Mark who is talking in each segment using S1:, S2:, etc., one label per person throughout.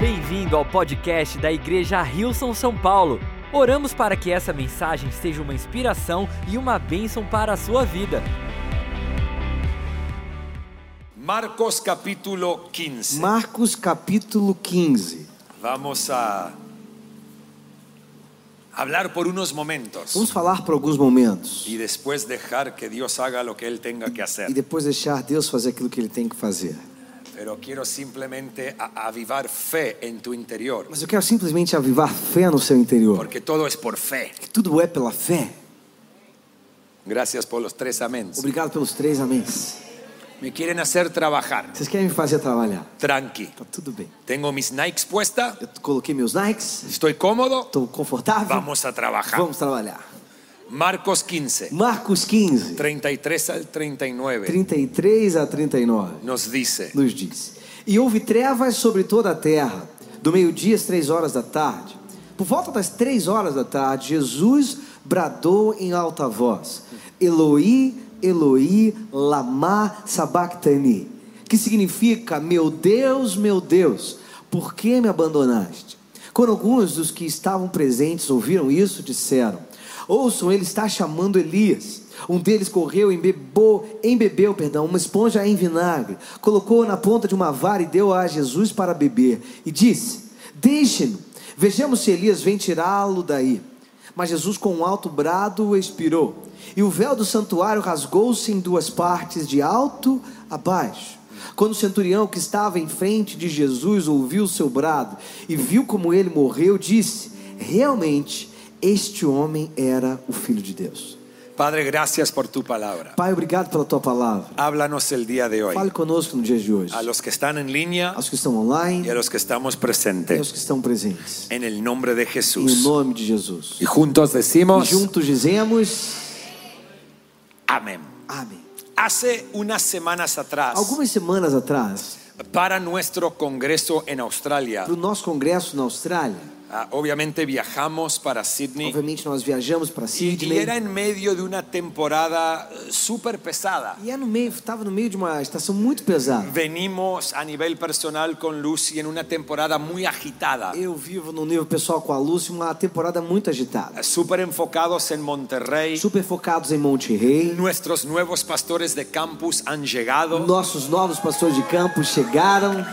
S1: Bem-vindo ao podcast da Igreja Rilson São Paulo. Oramos para que essa mensagem seja uma inspiração e uma bênção para a sua vida.
S2: Marcos capítulo 15.
S3: Marcos capítulo 15.
S2: Vamos a hablar por unos momentos
S3: Vamos falar por alguns momentos
S2: y después dejar que Dios haga lo que Él tenga que
S3: e
S2: hacer.
S3: depois deixar Deus fazer aquilo que ele tem que fazer.
S2: Pero quiero simplemente a- avivar fe en tu interior,
S3: Mas eu quero simplesmente avivar fé no seu interior.
S2: porque todo es por fe.
S3: Que tudo é pela fé.
S2: Gracias por los tres amén.
S3: Obrigado pelos três améns.
S2: Me quieren hacer trabajar.
S3: Vocês querem me fazer trabalhar?
S2: Tranqui.
S3: Tá tudo bem.
S2: Tengo mis Nikes puesta,
S3: Eu coloquei meus Nikes,
S2: estoy cómodo,
S3: estou confortável.
S2: vamos a trabajar.
S3: Vamos trabalhar.
S2: Marcos 15,
S3: Marcos 15,
S2: 33 al 39
S3: 33 a 39.
S2: nos dice.
S3: nos diz: E houve trevas sobre toda a terra, do meio-dia às três horas da tarde. Por volta das três horas da tarde, Jesus bradou em alta voz: Eloi, Eloi, lama sabachthani, que significa: Meu Deus, meu Deus, por que me abandonaste? Quando alguns dos que estavam presentes ouviram isso, disseram: Ouçam, ele está chamando Elias. Um deles correu e embebou, embebeu perdão, uma esponja em vinagre, colocou-a na ponta de uma vara e deu-a a Jesus para beber. E disse: Deixe-no, vejamos se Elias vem tirá-lo daí. Mas Jesus, com um alto brado, expirou. E o véu do santuário rasgou-se em duas partes, de alto a baixo. Quando o centurião que estava em frente de Jesus ouviu o seu brado e viu como ele morreu, disse: Realmente, este homem era o filho de Deus.
S2: Padre, gracias por tu palabra.
S3: Pai, obrigado pela tua palavra.
S2: Háblanos el día de hoy.
S3: Fale conosco no dia de hoje.
S2: A los que están en línea
S3: Aos que estão
S2: y
S3: online
S2: a los que estamos
S3: e aos
S2: presentes.
S3: que estão presentes.
S2: En el nombre de
S3: Em
S2: Jesús.
S3: nome de Jesus.
S2: Y juntos
S3: E
S2: decimos,
S3: juntos dizemos:
S2: amén.
S3: Amém.
S2: Hace unas semanas atrás,
S3: Algumas semanas atrás,
S2: para nuestro congreso en Australia,
S3: para o nosso congresso na Austrália,
S2: ah, obviamente viajamos para Sydney
S3: obviamente nós viajamos para
S2: y
S3: Sydney.
S2: era en medio de una temporada eh, súper pesada.
S3: E é no meio, estava no meio de uma estação muito pesada.
S2: Venimos a nivel personal con Lucy en una temporada muy agitada,
S3: Eu vivo no nível pessoal com a Lúcia uma temporada muito agitada.
S2: súper enfocados en Monterrey.
S3: Super focados em Monte Rei.
S2: Nuestros nuevos pastores de campus han llegado.
S3: Nossos novos pastores de campo chegaram.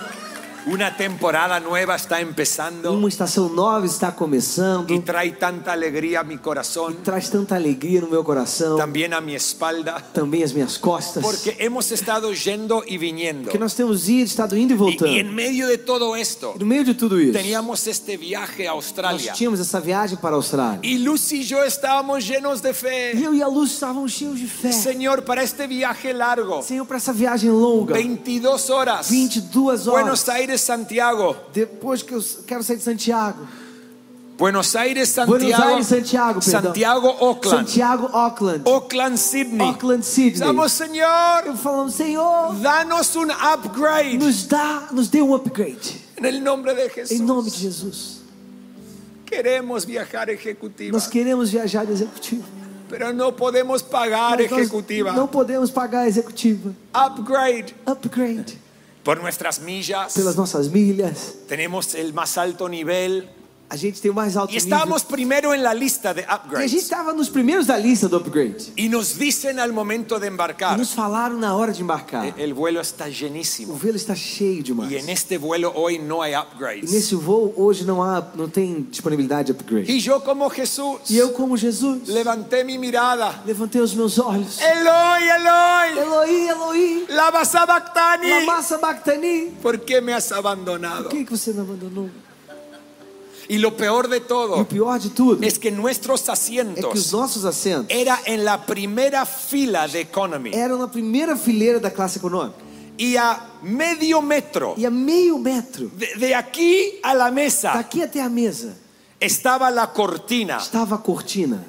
S2: Una temporada nueva está empezando
S3: Uma estação nova está
S2: y
S3: começando.
S2: trae tanta alegría a mi corazón,
S3: Traz tanta alegria no meu coração,
S2: también a mi espalda,
S3: também as minhas costas.
S2: porque hemos estado yendo y viniendo.
S3: Porque nós temos ido, estado indo e
S2: Y, y
S3: voltando.
S2: en medio de todo esto,
S3: E no meio de tudo isso,
S2: teníamos este viaje a
S3: nós
S2: Australia.
S3: tínhamos essa viagem para a Austrália.
S2: Y Lucy y yo estábamos llenos de
S3: E é
S2: fe.
S3: eu e a Lúcia estavam cheios de fé.
S2: Señor, para este viaje largo,
S3: Senhor, para essa viagem longa,
S2: 22 horas,
S3: 22 horas.
S2: Buenos Aires, Santiago.
S3: Depois que eu quero sair de Santiago.
S2: Buenos Aires,
S3: Buenos
S2: Santiago.
S3: Aires, Santiago, perdão.
S2: Santiago, Oakland.
S3: Santiago, Auckland.
S2: Oakland, Sydney.
S3: Auckland, Sydney.
S2: Estamos, Señor,
S3: Eu falando, Senhor,
S2: danos un upgrade
S3: nos dá, nos dê um upgrade.
S2: en el nombre de
S3: Em
S2: Jesús.
S3: nome de Jesus.
S2: Queremos viajar ejecutiva,
S3: Nós queremos viajar de executivo.
S2: pero no podemos pagar
S3: Mas nós
S2: ejecutiva.
S3: Não podemos pagar a executiva.
S2: Upgrade
S3: Upgrade.
S2: por nuestras millas.
S3: Pelas nossas milhas.
S2: Tenemos el más alto nivel
S3: A gente tem o mais alto
S2: y
S3: nível.
S2: estamos primero en la lista de
S3: E a gente
S2: upgrades.
S3: estava nos primeiros da lista do upgrade.
S2: Y nos dicen al momento de
S3: E
S2: embarcar,
S3: nos falaram na hora de embarcar.
S2: "E- el vuelo está
S3: O
S2: llenísimo
S3: velo está cheio demais.
S2: y en este vuelo hoy no hay
S3: E
S2: upgrades.
S3: nesse voo hoje não há, não tem disponibilidade de upgrade.
S2: Y yo como Jesús
S3: E eu como Jesus
S2: levanté mi mirada.
S3: levantei os meus olhos.
S2: Eloi, Eloi.
S3: Eloí, Eloí,
S2: La
S3: É.
S2: Basabactani.
S3: Lamassa Bactani.
S2: ¿Por qué me has
S3: Por
S2: abandonado?
S3: que, que você me abandonou?
S2: Y lo peor de
S3: E o
S2: todo
S3: pior de tudo é
S2: es que nuestros
S3: que os
S2: asientos
S3: nossos assentos
S2: era en la primera fila de Economy
S3: eram na primeira fileira da classe econômica.
S2: y a medio metro
S3: E a meio metro,
S2: de, de aquí a la mesa
S3: daqui até a mesa,
S2: estaba la cortina
S3: estava a cortina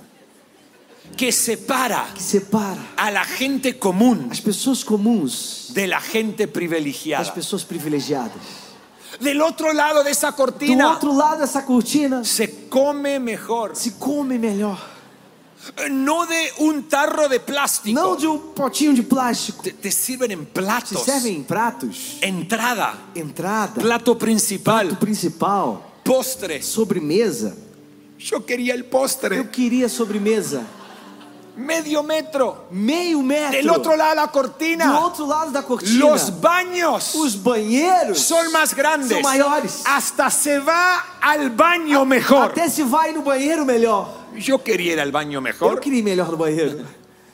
S2: que separa
S3: que separa
S2: a la gente común
S3: as pessoas comuns
S2: de la gente
S3: das
S2: privilegiada.
S3: pessoas privilegiadas.
S2: Del otro lado de esa
S3: Do
S2: cortina
S3: outro lado dessa cortina
S2: se come mejor.
S3: se come melhor.
S2: No de un tarro de plástico.
S3: Não de um potinho de plástico.
S2: Te, te sirven en
S3: Se
S2: platos.
S3: servem em pratos,
S2: Entrada,
S3: entrada,
S2: plato
S3: prato
S2: principal,
S3: principal,
S2: postres.
S3: sobremesa.
S2: Yo quería el
S3: Eu
S2: postre.
S3: queria sobremesa.
S2: Medio metro.
S3: Meio metro.
S2: Del otro lado de la
S3: Do
S2: cortina.
S3: outro lado da cortina.
S2: Los baños.
S3: Os banheiros
S2: son más grandes.
S3: são maiores.
S2: Hasta se va al baño mejor.
S3: Até se vai no banheiro melhor.
S2: Yo quería ir al baño
S3: Eu
S2: mejor.
S3: queria ir melhor no banheiro.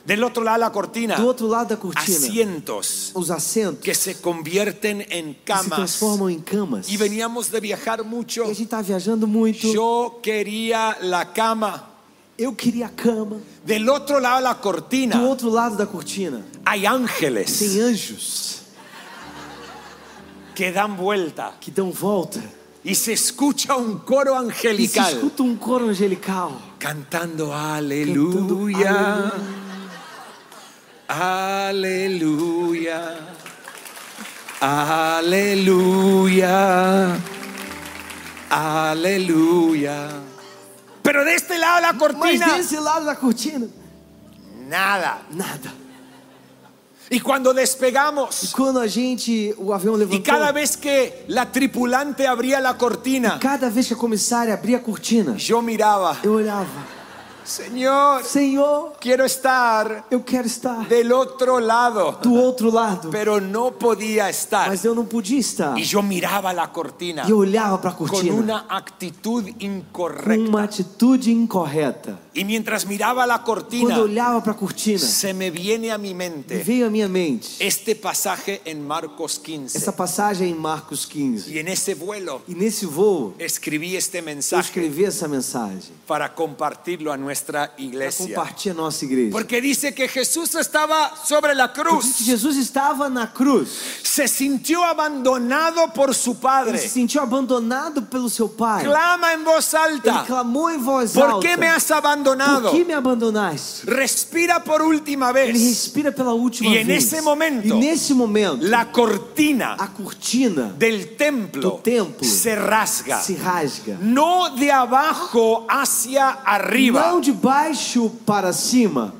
S2: Del otro lado de la cortina,
S3: Do outro lado da cortina,
S2: asientos
S3: os assentos
S2: que se convierten en
S3: que se
S2: camas.
S3: transformam em camas.
S2: Y veníamos de viajar mucho.
S3: E a gente tá viajando muito.
S2: Yo quería la cama.
S3: Eu queria a cama.
S2: Del otro lado de la
S3: Do
S2: cortina
S3: outro lado da cortina,
S2: hay
S3: tem
S2: ángeles
S3: anjos
S2: que dan vuelta
S3: que dão volta.
S2: y se escucha un coro
S3: E se
S2: angelical
S3: escuta um coro angelical.
S2: cantando
S3: Cantando,
S2: aleluya. Aleluya. Aleluya. Aleluya. Pero de este lado de la
S3: Mas
S2: cortina,
S3: desse lado da cortina,
S2: nada.
S3: nada.
S2: Y cuando
S3: E
S2: despegamos,
S3: quando a gente, o avião
S2: y
S3: levantou,
S2: cada vez que la tripulante abría la cortina,
S3: cada vez que a comissária abria a cortina,
S2: yo miraba,
S3: eu olhava.
S2: Señor,
S3: Senhor,
S2: quiero estar
S3: eu quero estar
S2: del otro lado,
S3: do outro lado.
S2: pero no podía estar.
S3: Mas eu não podia estar.
S2: Y yo miraba la cortina
S3: E eu olhava para a
S2: con
S3: cortina
S2: una actitud
S3: com
S2: incorrecta.
S3: uma atitude incorreta.
S2: Y mientras miraba la
S3: Quando
S2: cortina,
S3: eu olhava para a cortina,
S2: se me viene a mi mente
S3: veio à minha mente
S2: este pasaje en Marcos 15.
S3: essa passagem em Marcos 15.
S2: Y en ese vuelo
S3: E nesse voo,
S2: escribí este
S3: eu
S2: mensaje
S3: escrevi essa mensagem
S2: para compartirlo a nuestra
S3: para
S2: iglesia.
S3: compartilhar a nossa igreja.
S2: Porque dice que Jesús estaba sobre la
S3: Eu disse que
S2: cruz,
S3: Jesus estava na cruz.
S2: se sintió abandonado por su
S3: Ele se
S2: Padre.
S3: sentiu abandonado pelo seu pai.
S2: Clama en voz
S3: Ele
S2: alta,
S3: clamou em voz
S2: ¿por
S3: alta.
S2: qué me has
S3: Por
S2: abandonado?
S3: que me abandonaste?
S2: Respira por última vez.
S3: Ele respira pela última
S2: E é
S3: vez.
S2: nesse momento-
S3: e nesse momento,
S2: La cortina
S3: a cortina
S2: del templo
S3: Do templo
S2: se rasga.
S3: se rasga.
S2: No de abajo hacia
S3: Não
S2: arriba,
S3: de baixo para cima,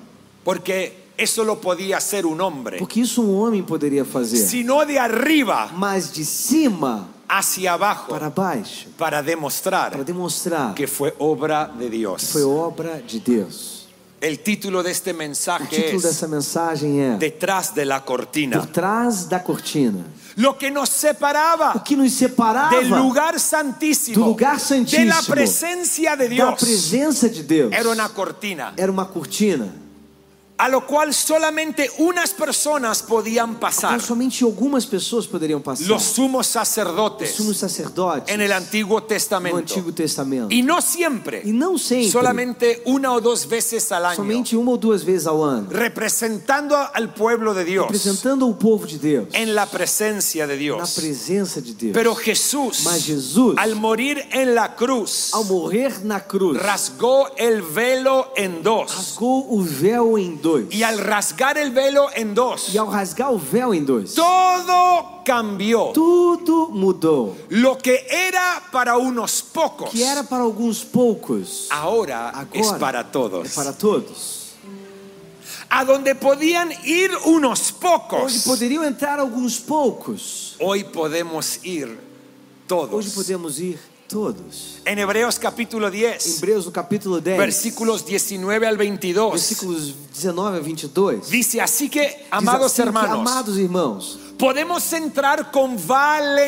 S2: porque eso lo podía hacer un hombre,
S3: porque isso um homem poderia fazer.
S2: sino de arriba
S3: Mas de cima
S2: hacia abajo
S3: para baixo,
S2: para
S3: para
S2: demostrar
S3: demonstrar que
S2: que fue obra de Dios.
S3: foi obra de Deus.
S2: El título de este
S3: O
S2: mensaje
S3: título
S2: es
S3: dessa mensagem é
S2: Detrás de la
S3: Por
S2: cortina.
S3: trás da cortina.
S2: Lo que nos
S3: O
S2: separaba
S3: que nos separava
S2: del lugar santísimo,
S3: Do lugar
S2: de la
S3: santísimo,
S2: presencia de
S3: da
S2: Dios,
S3: presença de Deus
S2: era una cortina.
S3: era uma cortina.
S2: a lo cual solamente unas personas podían pasar,
S3: Então, somente algumas pessoas poderiam passar.
S2: los sumos
S3: Os sumos
S2: sacerdotes
S3: sacerdotes
S2: en el Antiguo
S3: no
S2: Testamento.
S3: Antigo Testamento.
S2: Y no siempre,
S3: E não sempre,
S2: solamente una o dos veces al año,
S3: somente uma ou duas vezes ao ano,
S2: representando al pueblo de Dios
S3: apresentando o povo de Deus
S2: en la presencia de
S3: na
S2: Dios.
S3: presença de Deus.
S2: Pero Jesús,
S3: Mas Jesus,
S2: al morir en la cruz,
S3: ao morrer na cruz,
S2: rasgó el velo en dos.
S3: rasgou o véu em dois.
S2: Y al rasgar el velo en dos,
S3: E ao rasgar o véu em dois,
S2: todo cambió.
S3: tudo mudou.
S2: Lo que era para unos pocos,
S3: Que era para alguns poucos,
S2: ahora,
S3: agora
S2: es para todos.
S3: É para todos.
S2: A donde podían ir unos
S3: Onde
S2: pocos,
S3: poderiam entrar alguns poucos,
S2: hoy podemos ir
S3: hoje
S2: todos.
S3: podemos ir todos.
S2: En Hebreos capítulo
S3: Em
S2: 10,
S3: Hebreus, no capítulo 10,
S2: versículos 19 al 22,
S3: versículos 19 a 22. diz
S2: dice, así que, amados
S3: assim que,
S2: hermanos,
S3: amados irmãos,
S2: podemos entrar con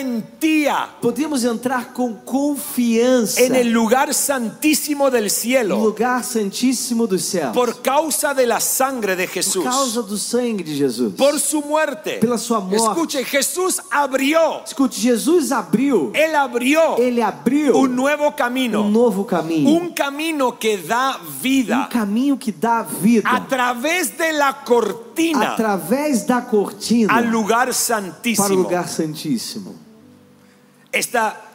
S2: valentía
S3: podemos entrar com confiança
S2: en el lugar santísimo del
S3: no
S2: cielo
S3: lugar santíssimo dos céus
S2: por causa de la sangre de
S3: por
S2: Jesús.
S3: causa do sangue de Jesus.
S2: por su muerte.
S3: Pela sua morte.
S2: Escuche, Jesús abrió,
S3: Escute, Jesus abriu,
S2: él abrió
S3: ele abriu
S2: un nuevo camino,
S3: um novo caminho,
S2: un camino que da vida
S3: um caminho que dá vida
S2: a través de la cortina
S3: através da cortina
S2: al lugar
S3: para o
S2: santísimo.
S3: lugar santíssimo.
S2: Esta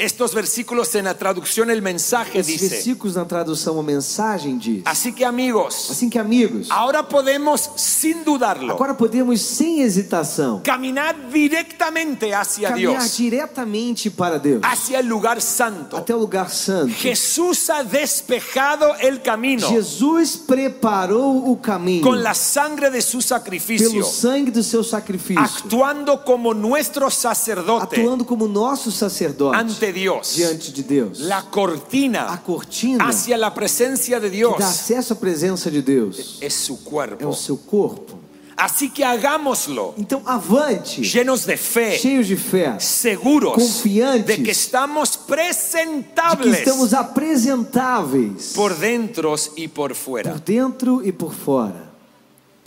S2: Estos versículos en la traducción El Mensaje
S3: Esses
S2: dice,
S3: versículos na tradução, a mensagem diz.
S2: así que amigos,
S3: Assim que, amigos,
S2: ahora podemos sin dudarlo
S3: agora podemos sem hesitação
S2: caminar directamente hacia
S3: caminhar
S2: Dios,
S3: diretamente para Deus,
S2: hacia el lugar santo.
S3: até o lugar santo.
S2: Jesús ha despejado el camino
S3: Jesus preparou o caminho
S2: con la sangre de su
S3: pelo
S2: sacrificio,
S3: sangue do seu sacrifício,
S2: actuando como nuestro sacerdote
S3: atuando como nosso sacerdote
S2: ante Dios.
S3: diante de Deus.
S2: La
S3: A
S2: cortina
S3: cortina que
S2: hacia la presencia de
S3: dá
S2: Dios
S3: acesso à presença de Deus
S2: es su
S3: é o
S2: cuerpo.
S3: seu corpo.
S2: Así que hagámoslo
S3: Então, avante,
S2: llenos de fe,
S3: cheios de fé,
S2: seguros
S3: Confiantes.
S2: de que estamos
S3: de que
S2: presentables
S3: estamos apresentáveis
S2: por dentro y por
S3: por
S2: fuera.
S3: dentro e por fora.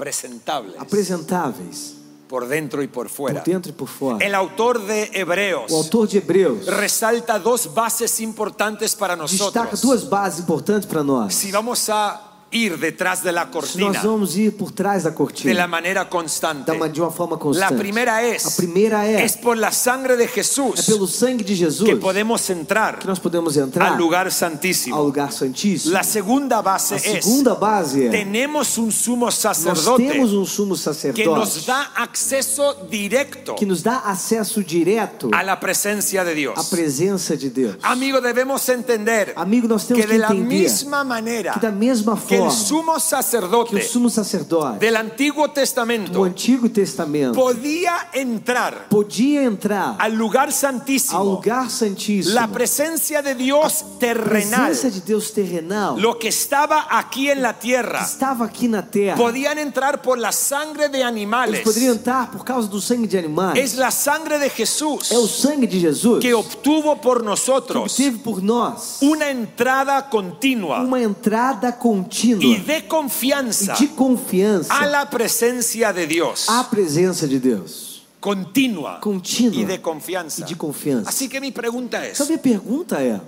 S2: Presentables
S3: Apresentáveis
S2: por dentro y por
S3: por
S2: fuera.
S3: dentro e por fora.
S2: El autor de
S3: O
S2: Hebreos
S3: autor de Hebreus
S2: resalta dos bases importantes para
S3: destaca
S2: nosotros.
S3: duas bases importantes para nós.
S2: Si vamos a ir detrás de la
S3: Se nós
S2: cortina
S3: vamos ir por trás da
S2: de la
S3: cortina
S2: manera constante,
S3: da ma- de uma forma
S2: la
S3: constante.
S2: primera es,
S3: a primeira é,
S2: es por la sangre de
S3: é
S2: Jesús
S3: pelo sangue de Jesus
S2: que podemos entrar
S3: que nós podemos
S2: al
S3: entrar
S2: lugar
S3: ao
S2: santíssimo.
S3: lugar santíssimo.
S2: La segunda base
S3: a
S2: es,
S3: segunda base é,
S2: tenemos un sumo
S3: nós
S2: sacerdote
S3: temos um
S2: que
S3: sumo
S2: nos
S3: sacerdote
S2: da acceso directo
S3: que nos dá acesso direto
S2: a la presencia de
S3: à
S2: Dios.
S3: presença de Deus.
S2: Amigo, debemos entender
S3: Amigo, nós temos
S2: que
S3: que
S2: de la
S3: entender
S2: misma manera
S3: que da mesma
S2: que el
S3: forma
S2: sumo
S3: que o
S2: sacerdote
S3: sumo sacerdote
S2: del Antiguo
S3: do
S2: Testamento
S3: Antigo Testamento
S2: podía entrar
S3: podia entrar
S2: al lugar
S3: ao
S2: santísimo,
S3: lugar santíssimo,
S2: la presencia de Dios
S3: a
S2: terrenal,
S3: presença de Deus terrenal,
S2: lo que estaba aquí en la
S3: que
S2: tierra,
S3: estava aqui na terra.
S2: podían entrar por la sangre de
S3: Eles
S2: animales.
S3: poderiam entrar por causa do sangue de animais.
S2: Es la sangre de Jesús
S3: É o sangue de Jesus
S2: que
S3: que
S2: obtuvo por nosotros
S3: obteve por nós
S2: una entrada continua
S3: uma entrada contínua
S2: y de
S3: e
S2: confianza
S3: de confiança
S2: a la presencia de Dios.
S3: à presença de Deus.
S2: Continua
S3: Contínua
S2: y de confianza.
S3: E de confiança.
S2: Así que mi pregunta
S3: Só
S2: es,
S3: Então, minha pergunta é: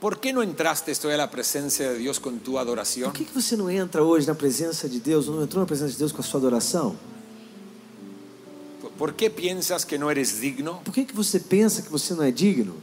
S2: ¿por qué no entraste hoy a la presencia de Dios con tu
S3: por
S2: adoración?
S3: que, que você não entra hoje na presença de Deus, ou não entrou na presença de Deus com a sua adoração?
S2: ¿Por qué piensas que no eres digno?
S3: Por que, que você pensa que você não é digno?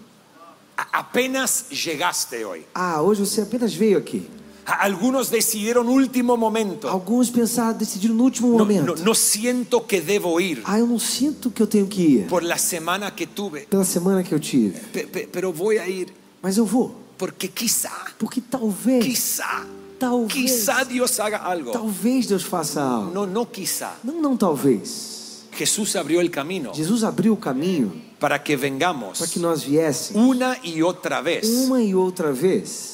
S2: A- apenas llegaste hoy.
S3: Ah, hoje você apenas veio aqui.
S2: A- algunos decidieron último momento.
S3: Alguns pensaram, decidiram no último
S2: No,
S3: momento.
S2: no- no siento que debo ir
S3: Ah, eu não sinto que eu tenho que ir
S2: por la semana que tuve,
S3: pela semana que eu tive,
S2: pe- pe- pero voy a ir
S3: mas eu vou,
S2: porque quizá,
S3: porque talvez,
S2: quizá,
S3: talvez,
S2: quizá Dios haga algo.
S3: talvez Deus faça algo.
S2: No, no quizá.
S3: Não, não, talvez.
S2: Jesús abrió el camino
S3: Jesus abriu o caminho
S2: para que
S3: para que
S2: vengamos
S3: nós viéssemos
S2: una y otra vez.
S3: uma e outra vez.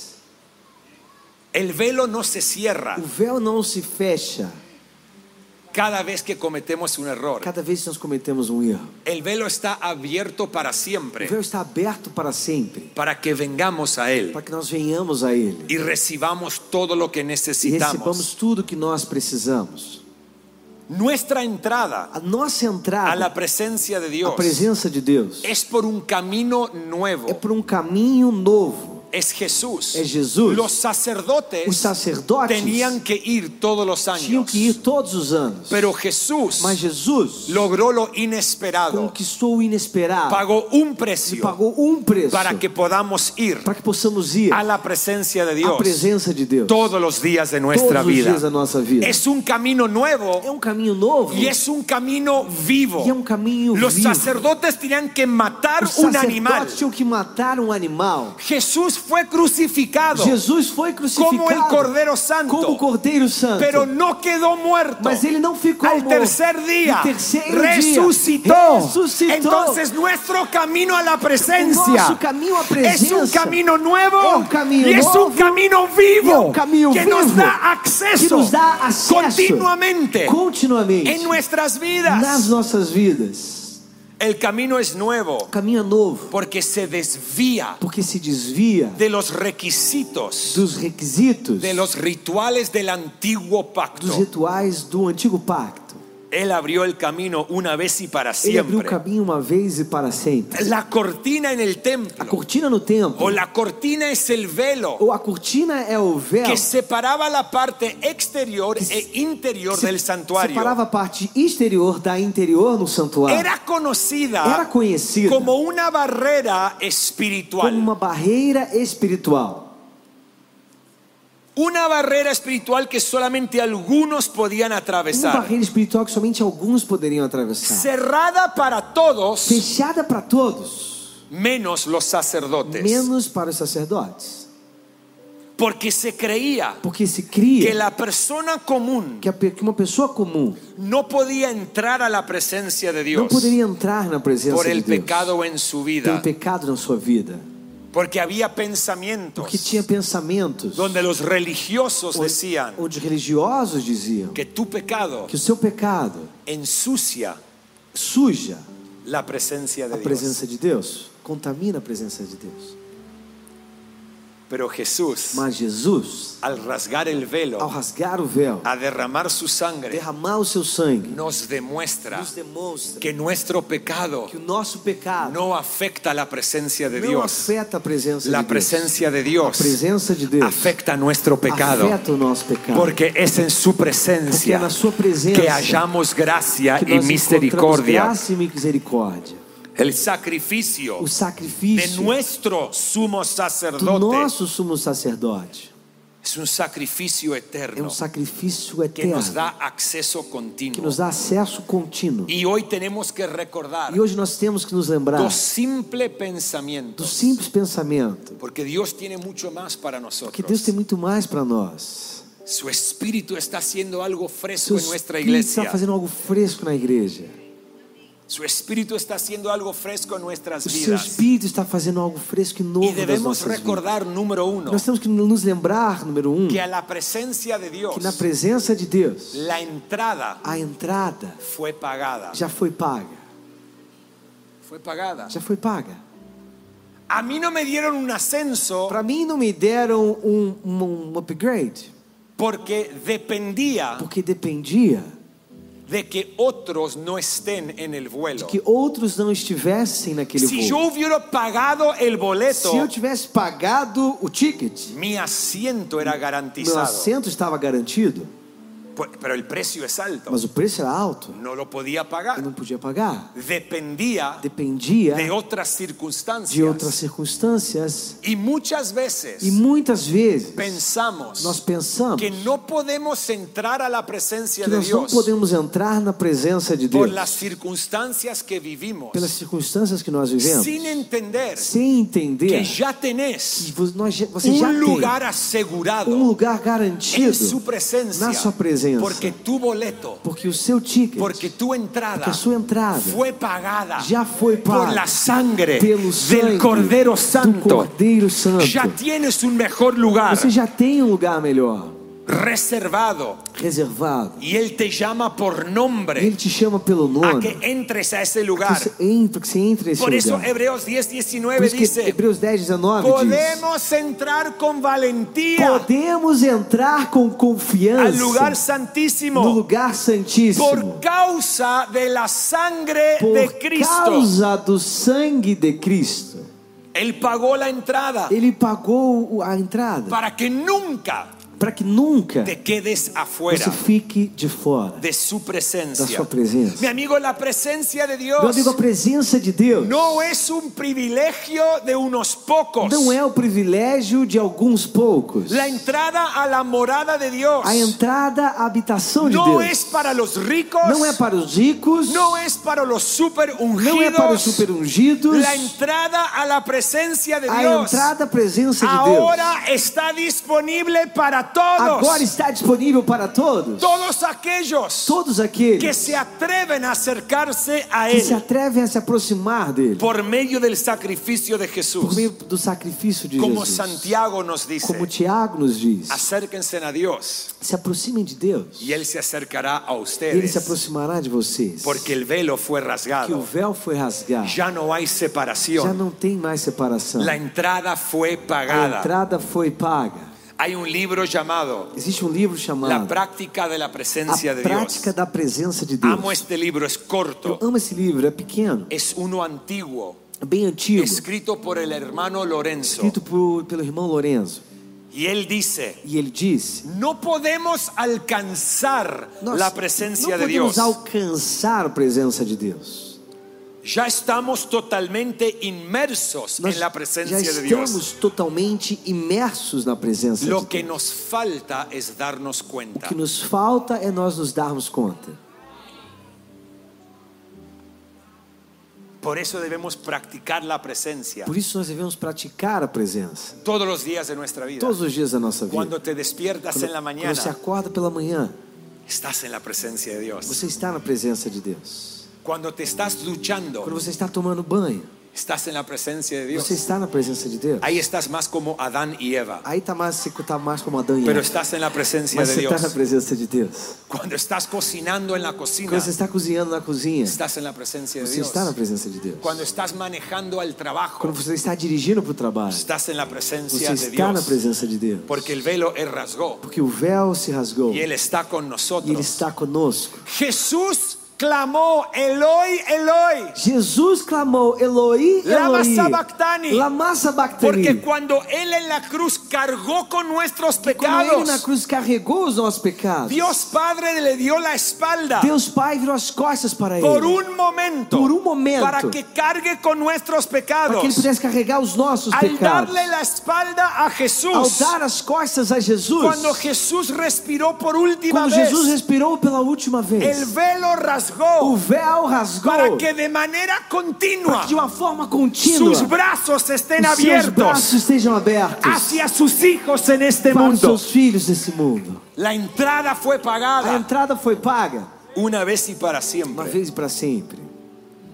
S2: El velo no se cierra
S3: O véu não se fecha
S2: cada vez que cometemos un error.
S3: cada vez que nós cometemos um erro.
S2: El velo está abierto para
S3: O
S2: siempre
S3: véu está aberto para sempre,
S2: para que vengamos a Él.
S3: para que nós venhamos a Ele
S2: y recibamos todo lo que
S3: e
S2: necesitamos.
S3: recebamos tudo que nós precisamos.
S2: Nuestra entrada
S3: A nossa
S2: a
S3: entrada,
S2: la presencia de
S3: a
S2: Dios
S3: presença de Deus,
S2: es por un camino
S3: é
S2: nuevo.
S3: por um caminho novo.
S2: Es Jesús.
S3: É Jesus.
S2: Los sacerdotes
S3: Os sacerdotes
S2: tenían que ir todos los
S3: tinham
S2: años,
S3: que ir todos os anos.
S2: pero Jesús
S3: Mas Jesus
S2: logró lo inesperado.
S3: conquistou o inesperado.
S2: Ah. Pagó un
S3: Ele
S2: precio
S3: pagou um preço
S2: para que podamos ir
S3: para que possamos ir
S2: a la presencia de
S3: à
S2: Dios
S3: presença de Deus
S2: todos los días de
S3: todos
S2: nuestra
S3: os
S2: vida.
S3: dias da nossa vida.
S2: Es un camino
S3: É
S2: nuevo
S3: um caminho novo
S2: y es un camino vivo.
S3: e é um caminho
S2: Los
S3: vivo.
S2: sacerdotes tenían que matar
S3: Os
S2: un
S3: sacerdotes
S2: animal.
S3: tinham que matar um animal.
S2: Jesús fue crucificado,
S3: Jesus foi crucificado
S2: Como el Cordeiro Santo.
S3: como o Cordeiro Santo.
S2: pero no quedó muerto.
S3: mas ele não ficou
S2: Al
S3: morto.
S2: tercer día
S3: No terceiro
S2: resucitó.
S3: dia, ressuscitou.
S2: Entonces nuestro camino a la
S3: O
S2: presencia
S3: nosso caminho à
S2: es
S3: presença
S2: un camino
S3: É
S2: nuevo
S3: um caminho
S2: y es
S3: novo
S2: un camino
S3: e é
S2: vivo
S3: um caminho
S2: que
S3: vivo
S2: nos da
S3: que
S2: acceso,
S3: nos dá acesso
S2: continuamente
S3: continuamente
S2: en nuestras vidas.
S3: nas nossas vidas.
S2: El camino es nuevo
S3: O caminho é novo
S2: porque se desvía
S3: porque se desvia
S2: de los requisitos,
S3: dos requisitos
S2: de los rituales del antiguo
S3: dos
S2: pacto.
S3: rituais do antigo pacto.
S2: Él abrió el camino una vez y para
S3: Ele abriu o
S2: siempre.
S3: caminho uma vez e para sempre.
S2: La cortina en el
S3: A
S2: templo
S3: cortina no templo,
S2: o la cortina es el velo
S3: ou a cortina é o véu
S2: que separaba la parte exterior e interior del santuario.
S3: separava a parte exterior da interior no santuário.
S2: Era
S3: Era
S2: conocida
S3: conhecida
S2: como um una barrera espiritual.
S3: como uma barreira espiritual.
S2: Una barrera espiritual que solamente algunos podían
S3: Uma
S2: atravesar.
S3: barreira espiritual que somente alguns poderiam atravessar.
S2: Cerrada para todos,
S3: Fechada para todos,
S2: menos los sacerdotes.
S3: menos para os sacerdotes.
S2: Porque se creía
S3: Porque se
S2: que
S3: cria
S2: la persona común
S3: que a pe- que uma pessoa comum
S2: no podía entrar a la presencia de
S3: não
S2: Dios
S3: poderia entrar na presença
S2: por
S3: de
S2: el
S3: Deus
S2: pecado en su
S3: pelo
S2: vida.
S3: pecado na sua vida.
S2: Porque había pensamientos
S3: Porque tinha pensamentos
S2: donde los religiosos decían
S3: onde religiosos diziam
S2: que tu pecado
S3: que o seu pecado
S2: ensucia
S3: suja
S2: la presencia
S3: a
S2: de Dios.
S3: presença de Deus, contamina a presença de Deus.
S2: Pero Jesús,
S3: Mas Jesus,
S2: al rasgar el
S3: ao
S2: velo,
S3: rasgar o véu,
S2: a derramar su sangre,
S3: derramar o seu sangue,
S2: nos demuestra
S3: nos demonstra
S2: que nuestro pecado
S3: que o nosso pecado
S2: no afecta la presencia é de
S3: não
S2: Dios.
S3: afeta a presença
S2: La
S3: de Deus.
S2: presencia de
S3: A
S2: Dios
S3: presença de Deus
S2: afecta nuestro pecado.
S3: afeta o nosso pecado.
S2: Porque es en su
S3: Porque é
S2: presencia
S3: na sua presença
S2: que hallamos gracia
S3: que
S2: y
S3: nós encontramos
S2: misericordia.
S3: graça e misericórdia.
S2: El sacrificio
S3: O
S2: de
S3: sacrifício
S2: nuestro sumo
S3: do
S2: sacerdote
S3: nosso sumo sacerdote
S2: es un sacrificio
S3: é um
S2: eterno
S3: sacrifício
S2: que
S3: eterno
S2: nos da acceso
S3: que
S2: continuo.
S3: nos dá acesso contínuo.
S2: Y hoy tenemos que recordar
S3: E hoje nós temos que nos lembrar
S2: tu simple
S3: do
S2: pensamiento,
S3: simples pensamento
S2: porque Dios tiene mucho más para
S3: que Deus tem
S2: nosotros.
S3: muito mais para nós.
S2: Su espíritu está haciendo algo
S3: Seu
S2: fresco en nuestra
S3: Espírito está
S2: iglesia.
S3: fazendo algo fresco na igreja.
S2: Su espíritu está haciendo algo fresco en nuestras
S3: O seu
S2: vidas.
S3: Espírito está fazendo algo fresco e
S2: Y
S3: novo nas
S2: debemos
S3: nossas vidas.
S2: recordar, número uno,
S3: Nós temos que nos lembrar, número um,
S2: que a
S3: que
S2: la presencia de Dios,
S3: na presença de Deus,
S2: la entrada
S3: a entrada
S2: fue pagada.
S3: já foi paga.
S2: Fue pagada.
S3: Já foi paga.
S2: A mí no me dieron un ascenso
S3: Para mim não me deram um, um, um upgrade,
S2: porque dependía
S3: porque dependia
S2: de que otros no estén en el vuelo.
S3: que outros não estivessem naquele
S2: Si yo
S3: voo.
S2: hubiera pagado el boleto,
S3: Se eu tivesse pagado o ticket,
S2: mi asiento era
S3: meu
S2: garantizado.
S3: assento estava garantido,
S2: Então. Pu- Pero el precio es alto.
S3: mas o preço era alto,
S2: No lo podía
S3: eu
S2: pagar.
S3: não podia pagar.
S2: Dependía
S3: Dependia
S2: de otras
S3: de
S2: circunstancias.
S3: outras circunstâncias
S2: Y muchas
S3: e
S2: veces
S3: muitas vezes nós
S2: pensamos
S3: pensamos
S2: que
S3: que
S2: no podemos entrar a la presencia de
S3: nós não
S2: Dios
S3: podemos entrar na presença de
S2: por
S3: Deus
S2: las circunstancias que vivimos
S3: pelas circunstâncias que nós vivemos,
S2: sin entender
S3: sem entender
S2: que ya
S3: que
S2: tenés
S3: vo- nós já- você já
S2: un lugar é
S3: tem um
S2: asegurado
S3: lugar
S2: en
S3: garantido
S2: su presencia
S3: na sua presença,
S2: porque tu boleto
S3: porque o seu ticket,
S2: porque tu
S3: porque
S2: entrada
S3: a sua entrada
S2: fue pagada
S3: já foi
S2: por
S3: paga
S2: la sangre
S3: pelo sangue
S2: del Cordero
S3: do
S2: Santo
S3: Cordeiro Santo.
S2: ya tienes un mejor lugar
S3: Você já tem um lugar melhor,
S2: reservado
S3: reservado.
S2: y Él te llama por
S3: E Ele
S2: nombre
S3: te chama pelo
S2: a
S3: nome.
S2: que entres a ese
S3: Que
S2: lugar
S3: você entra, que você entre nesse
S2: por eso
S3: lugar.
S2: Hebreos 10,
S3: Por
S2: 19
S3: isso que
S2: dice
S3: Hebreus 10, 19 diz:
S2: podemos entrar con valentía
S3: Podemos entrar com
S2: al
S3: confiança
S2: lugar
S3: no
S2: santísimo
S3: lugar santíssimo
S2: por causa de la sangre de
S3: por
S2: Cristo.
S3: causa do sangue de Cristo.
S2: Él pagó la entrada
S3: Ele pagou o- a entrada
S2: para que nunca
S3: para que nunca
S2: te quedes afuera
S3: você fique de fora.
S2: Pues de su
S3: da
S2: presencia.
S3: sua presença.
S2: Mi amigo, la presencia de
S3: Meu amigo, a
S2: Dios
S3: presença de Deus
S2: no es un privilegio de unos pocos.
S3: não é o privilégio de alguns poucos.
S2: La entrada a la morada de Dios
S3: A entrada à habitação de
S2: no
S3: Deus
S2: es para los ricos,
S3: não é para os ricos,
S2: no es para los super
S3: não é para os
S2: ungidos.
S3: super ungidos.
S2: La entrada a la presencia de
S3: A
S2: Dios
S3: entrada à presença de Deus
S2: ahora está disponible para todos.
S3: agora está disponível para todos.
S2: Todos aquellos
S3: Todos aqueles
S2: que se atreven a acercarse a
S3: que se
S2: Él
S3: atrevem a se aproximar dele
S2: por medio del sacrificio de
S3: por
S2: Jesús.
S3: meio do sacrifício de
S2: Como
S3: Jesus.
S2: Santiago nos dice,
S3: Como Tiago nos diz,
S2: acérquense a Dios
S3: se aproximem de Deus
S2: y Él se acercará a
S3: e ele se
S2: ustedes.
S3: aproximará de vocês.
S2: Porque el velo fue
S3: Que o
S2: rasgado.
S3: véu foi rasgado.
S2: Ya no hay
S3: já
S2: separación.
S3: não tem mais separação.
S2: La entrada fue
S3: A
S2: pagada.
S3: entrada foi paga.
S2: Hay un libro llamado
S3: Existe um livro
S2: La
S3: chamado
S2: práctica de la presencia
S3: A
S2: de
S3: Prática
S2: Dios.
S3: da Presença de Deus.
S2: Amo este libro, es corto,
S3: Eu amo esse livro, é pequeno,
S2: es uno antiguo,
S3: é bem antigo,
S2: escrito por el hermano Lorenzo.
S3: escrito por- pelo irmão Lorenzo.
S2: Y él dice,
S3: E ele disse:
S2: no podemos alcanzar
S3: Nós
S2: la presencia
S3: não
S2: de Dios.
S3: podemos alcançar a presença de Deus.
S2: Ya estamos totalmente inmersos
S3: Nós
S2: en la
S3: já
S2: presencia de
S3: estamos
S2: Dios.
S3: totalmente imersos na presença de
S2: Lo
S3: Deus.
S2: que nos falta es darnos
S3: O
S2: cuenta.
S3: que nos falta é nós nos darmos conta.
S2: Por eso debemos practicar la presencia
S3: Por isso nós devemos praticar a presença
S2: todos los días de nuestra vida.
S3: todos os dias da nossa vida.
S2: Cuando te despiertas en la
S3: quando você
S2: mañana,
S3: acorda pela manhã,
S2: estás en la presencia de Dios.
S3: você está na presença de Deus.
S2: Cuando te estás
S3: Quando
S2: duchando,
S3: você está tomando banho,
S2: estás en la presencia de
S3: você
S2: Dios.
S3: está na presença de Deus.
S2: Ahí estás más como Adán y Eva,
S3: Aí tá mais, você tá mais como Adão e
S2: pero
S3: Eva.
S2: estás en la presencia
S3: Mas
S2: de
S3: você está
S2: Dios.
S3: na presença de Deus.
S2: Cuando estás cocinando en la cocina,
S3: Quando você está cozinhando na cozinha,
S2: estás pues en la Pues presencia de
S3: você
S2: Dios.
S3: está na presença de Deus.
S2: Cuando estás manejando al
S3: Quando
S2: trabajo,
S3: você está dirigindo para o trabalho,
S2: estás en la
S3: você
S2: presencia de
S3: está na
S2: Dios.
S3: presença de Deus.
S2: Porque el velo es rasgó
S3: Porque o véu se rasgou
S2: y
S3: e
S2: Él está con
S3: Ele
S2: nosotros.
S3: está conosco.
S2: Jesús clamó, Eloi, Eloi.
S3: Jesus clamou, Eloi,
S2: Lama
S3: Eloi,
S2: sabachthani.
S3: lama sabachthani.
S2: Porque cuando Él en la cruz cargó con nuestros
S3: Quando ele na
S2: pecados,
S3: cruz carregou os nossos pecados,
S2: Dios Padre le dio la espalda
S3: Deus Pai virou as costas para ele.
S2: por un momento,
S3: Por un momento.
S2: para que cargue con nuestros
S3: para que ele
S2: pecados.
S3: pudesse carregar os nossos
S2: Al
S3: pecados.
S2: darle la espalda a
S3: Ao
S2: Jesús,
S3: dar as costas a Jesus,
S2: cuando Jesús respiró por última
S3: quando
S2: vez,
S3: Jesus respirou pela última
S2: el
S3: vez,
S2: velo
S3: o
S2: rasgó
S3: véu rasgou
S2: para que de manera continua
S3: para que de uma forma contínua
S2: sus brazos estén
S3: os seus
S2: abiertos
S3: braços estejam abertos
S2: hacia sus hijos en este
S3: para
S2: é
S3: os
S2: mundo.
S3: seus filhos desse mundo.
S2: La entrada fue
S3: A
S2: pagada
S3: entrada foi paga
S2: una vez y para
S3: uma
S2: siempre.
S3: vez e para sempre.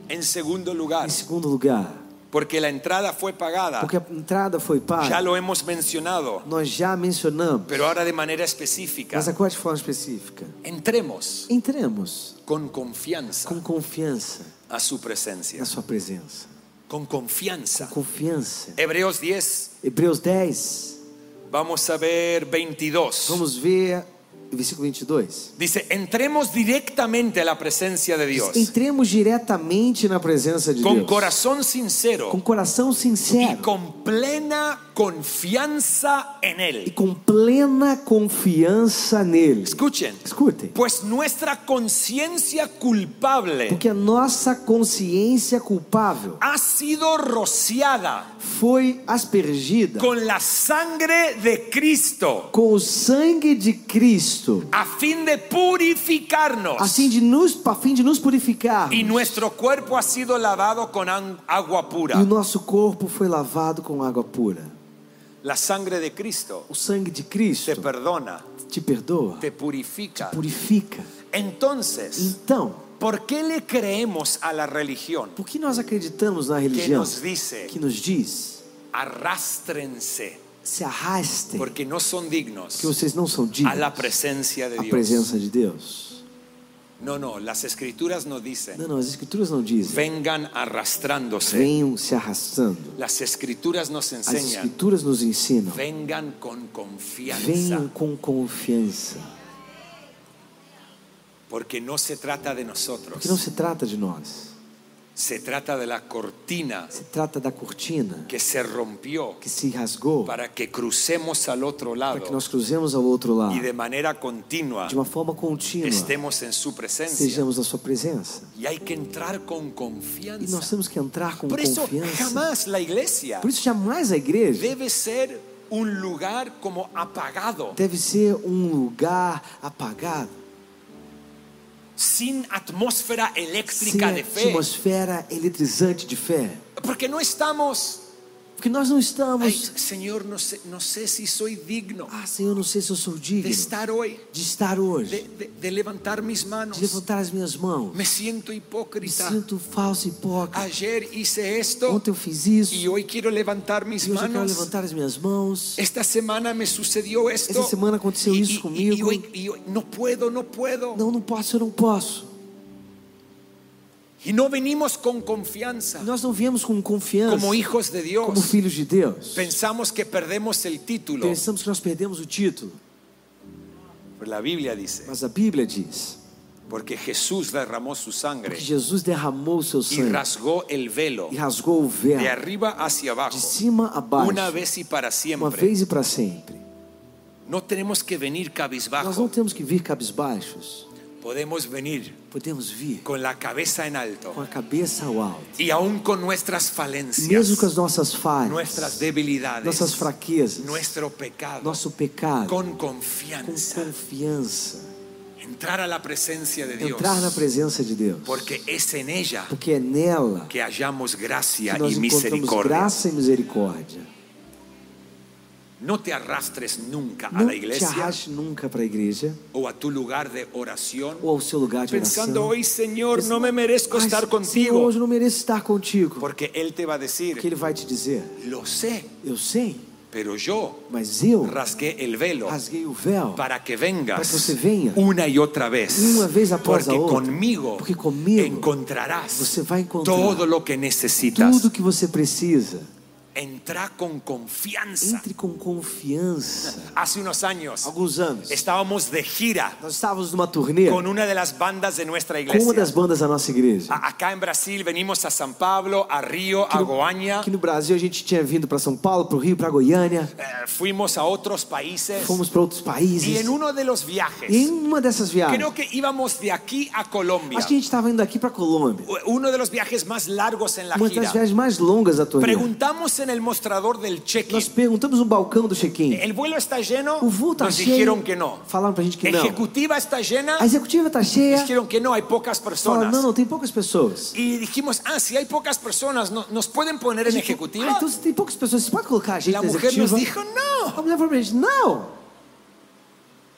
S2: En segundo lugar,
S3: Em segundo lugar,
S2: porque la entrada fue pagada,
S3: porque a entrada foi
S2: ya
S3: paga,
S2: lo hemos mencionado,
S3: nós já mencionamos,
S2: pero ahora de manera específica.
S3: mas agora de forma específica.
S2: Entremos
S3: Entremos
S2: con confianza
S3: com confiança
S2: a su presencia.
S3: na sua presença.
S2: Con confianza.
S3: Confiança.
S2: Hebreos 10,
S3: Hebreus 10,
S2: vamos a ver 22.
S3: vamos ver o versículo 22.
S2: Dice, entremos directamente a la presencia de Dios
S3: Entremos diretamente na presença de
S2: con
S3: Deus.
S2: corazón sincero
S3: Com coração
S2: y
S3: sincero
S2: con plena confianza en
S3: e
S2: Él.
S3: com plena confiança nele.
S2: Escuchen,
S3: Escutem.
S2: pues nuestra conciencia culpable
S3: Porque a nossa consciência culpável
S2: ha sido rociada
S3: foi aspergida
S2: con la sangre de Cristo
S3: com o sangue de Cristo,
S2: a fin de purificarnos.
S3: assim de nos, a fim de nos purificar.
S2: Y nuestro cuerpo ha sido lavado con an- agua
S3: E o
S2: pura.
S3: nosso corpo foi lavado com água pura.
S2: La sangre de Cristo
S3: O sangue de
S2: te
S3: Cristo
S2: perdona,
S3: te perdoa,
S2: te purifica.
S3: purifica.
S2: Entonces,
S3: Então,
S2: ¿por qué le creemos a la religión
S3: por que nós acreditamos na
S2: que
S3: religião
S2: nos dice,
S3: que nos diz
S2: arrástrense,
S3: se arrastem
S2: porque no son dignos
S3: que vocês não são
S2: a la
S3: dignos
S2: presencia de
S3: à
S2: Dios?
S3: presença de Deus?
S2: No, no, las escrituras nos dicen,
S3: Não, não, as escrituras não dizem.
S2: vengan arrastrándose.
S3: Venham se arrastando.
S2: Las escrituras nos
S3: As
S2: enseñan,
S3: escrituras nos ensinam.
S2: vengan con confianza,
S3: Venham com confiança,
S2: porque no se trata de
S3: porque não
S2: nosotros,
S3: se trata de nós.
S2: se trata de la cortina
S3: Se trata da cortina
S2: que se rompió
S3: que se rasgou
S2: para que crucemos al otro
S3: para que
S2: lado
S3: nós cruzemos ao outro lado
S2: y de manera continua
S3: de uma forma contínua.
S2: estemos en su presencia.
S3: Sejamos na sua presença.
S2: Y hay que entrar con
S3: E nós
S2: confianza.
S3: temos que entrar com
S2: Por eso
S3: confiança.
S2: jamás la iglesia
S3: Por isso jamais a igreja
S2: debe ser un lugar como apagado,
S3: deve ser um lugar apagado,
S2: sin atmósfera
S3: sem
S2: eléctrica de fe.
S3: atmosfera é eletrizante de fé.
S2: Porque no estamos,
S3: Porque nós não
S2: "Ay,
S3: estamos,
S2: Señor, no sé, no sé si soy digno
S3: ah, Senhor, não sei se eu sou
S2: de
S3: digno
S2: estar hoy,
S3: de estar
S2: de,
S3: hoje,
S2: de- de levantar mis
S3: de
S2: manos.
S3: levantar as minhas mãos.
S2: Me siento
S3: Me
S2: hipócrita.
S3: sinto falso e hipócrita.
S2: Ayer hice esto
S3: Ontem eu fiz isso,
S2: y
S3: e
S2: hoy quiero levantar mis
S3: hoje eu quero
S2: manos.
S3: levantar as minhas mãos.
S2: Esta semana me sucedió esto.
S3: Esta semana aconteceu
S2: y,
S3: isso
S2: y- y
S3: comigo.
S2: hoy, y hoy- no puedo, no puedo.
S3: Não, não posso, eu não posso.
S2: Y no venimos con confianza
S3: Nós não viemos com confiança
S2: como hijos de
S3: como
S2: Dios.
S3: filhos de Deus.
S2: Pensamos que perdemos el título,
S3: Pensamos que nós perdemos o título,
S2: pero Pues la Biblia dice,
S3: mas a Bíblia diz
S2: porque Jesús derramó su
S3: que
S2: sangre
S3: Jesus derramou o seu
S2: y
S3: sangue
S2: rasgó el velo
S3: e rasgou o véu
S2: de arriba hacia abajo,
S3: de cima a baixo,
S2: una vez y para
S3: uma
S2: siempre.
S3: vez e para sempre.
S2: No tenemos que venir
S3: Nós não
S2: cabizbajo,
S3: temos que vir cabisbaixos,
S2: podemos venir
S3: podemos vir
S2: con la cabeza en
S3: com
S2: alto
S3: a cabeça ao alto,
S2: y aún con nuestras
S3: mesmo com as
S2: falencias,
S3: nossas
S2: nuestras
S3: falhas,
S2: debilidades,
S3: nossas fraquezas,
S2: nuestro pecado,
S3: nosso pecado, com
S2: con confianza,
S3: confiança,
S2: entrar a la presencia de Dios,
S3: entrar na presença de Deus,
S2: porque es en ella
S3: porque é nela
S2: que hallamos gracia y
S3: que nós encontramos
S2: misericordia.
S3: graça e misericórdia.
S2: No te arrastres nunca a
S3: Não
S2: la
S3: te
S2: iglesia
S3: arraste nunca para a igreja
S2: o a tu lugar de oración
S3: ou ao seu lugar de
S2: pensando
S3: oração.
S2: hoy, Señor, no me merezco
S3: Ai,
S2: estar
S3: Senhor,
S2: contigo,
S3: hoje eu não mereço estar contigo.
S2: porque Él te va a
S3: Porque
S2: decir,
S3: ele vai te dizer:
S2: lo sé,
S3: Eu sei,
S2: pero yo
S3: mas eu
S2: rasgué el velo
S3: rasguei o véu.
S2: para que
S3: Para que
S2: vengas
S3: você venha
S2: una y otra vez,
S3: uma vez após a
S2: porque
S3: outra,
S2: conmigo,
S3: porque comigo
S2: encontrarás
S3: você vai encontrar
S2: todo lo que necesitas.
S3: Tudo que você precisa.
S2: Entra con confianza.
S3: Entre com confiança.
S2: Hace unos años
S3: Alguns anos,
S2: estábamos de gira
S3: nós estávamos numa turnê
S2: con una de las bandas de nuestra
S3: com uma
S2: iglesia.
S3: das bandas da nossa igreja.
S2: A- Acá en Brasil venimos a San Pablo, a Río, a Goiânia.
S3: Aqui no Brasil a gente tinha vindo para São Paulo, para o Rio, para Goiânia.
S2: Eh, fuimos a otros países.
S3: Fomos para outros
S2: Y
S3: países.
S2: en uno de los viajes,
S3: E em uma dessas viagens,
S2: creo um que íbamos de aquí a Colombia.
S3: acho que a gente estava indo aqui para Colômbia.
S2: Uno de los viajes más largos en la
S3: Uma
S2: gira.
S3: das viagens mais longas da turnê.
S2: Preguntamos en el mostrador del
S3: Nós
S2: check-in.
S3: perguntamos no balcão do check-in.
S2: ¿El vuelo está lleno?
S3: O voo tá
S2: É. Nos
S3: cheio.
S2: dijeron que no.
S3: Falaram pra gente que não.
S2: ¿Ejecutiva está llena?
S3: A executiva tá cheia.
S2: Nos dijeron que no, hay pocas
S3: Falaram,
S2: personas.
S3: não, não, tem poucas pessoas.
S2: Y dijimos, ah, si hay pocas personas, ¿no- ¿nos pueden poner en
S3: A gente falou, Ah,
S2: ejecutiva?
S3: então se tem poucas pessoas, você pode colocar a gente
S2: La
S3: na
S2: mujer nos
S3: executiva?
S2: dijo,
S3: A
S2: no,
S3: mulher falou pra gente, não,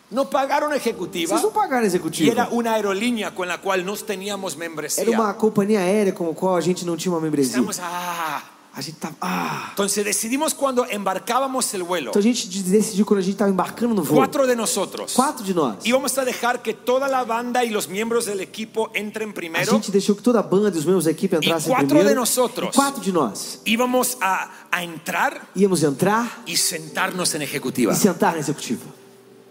S2: no pagaron ejecutiva.
S3: vocês não pagaram a
S2: Y era
S3: executiva.
S2: una aerolínea con la cual nos teníamos
S3: Era uma
S2: membresía.
S3: companhia aérea com a qual a gente não tinha uma membresia.
S2: Estamos, ah.
S3: A gente tava, ah...
S2: Entonces decidimos cuando embarcábamos el vuelo,
S3: Então a gente decidiu quando a gente tava embarcando no voo.
S2: cuatro de nosotros,
S3: Quatro de nós.
S2: íbamos a dejar que toda la banda y los miembros del equipo entren
S3: A
S2: primero.
S3: gente deixou que toda a banda e os membros da equipe entrassem
S2: quatro
S3: primeiro.
S2: de nosotros.
S3: E quatro de nós.
S2: Íbamos a, a entrar
S3: Íamos entrar
S2: y sentarnos en
S3: e
S2: ejecutiva.
S3: sentar na executiva.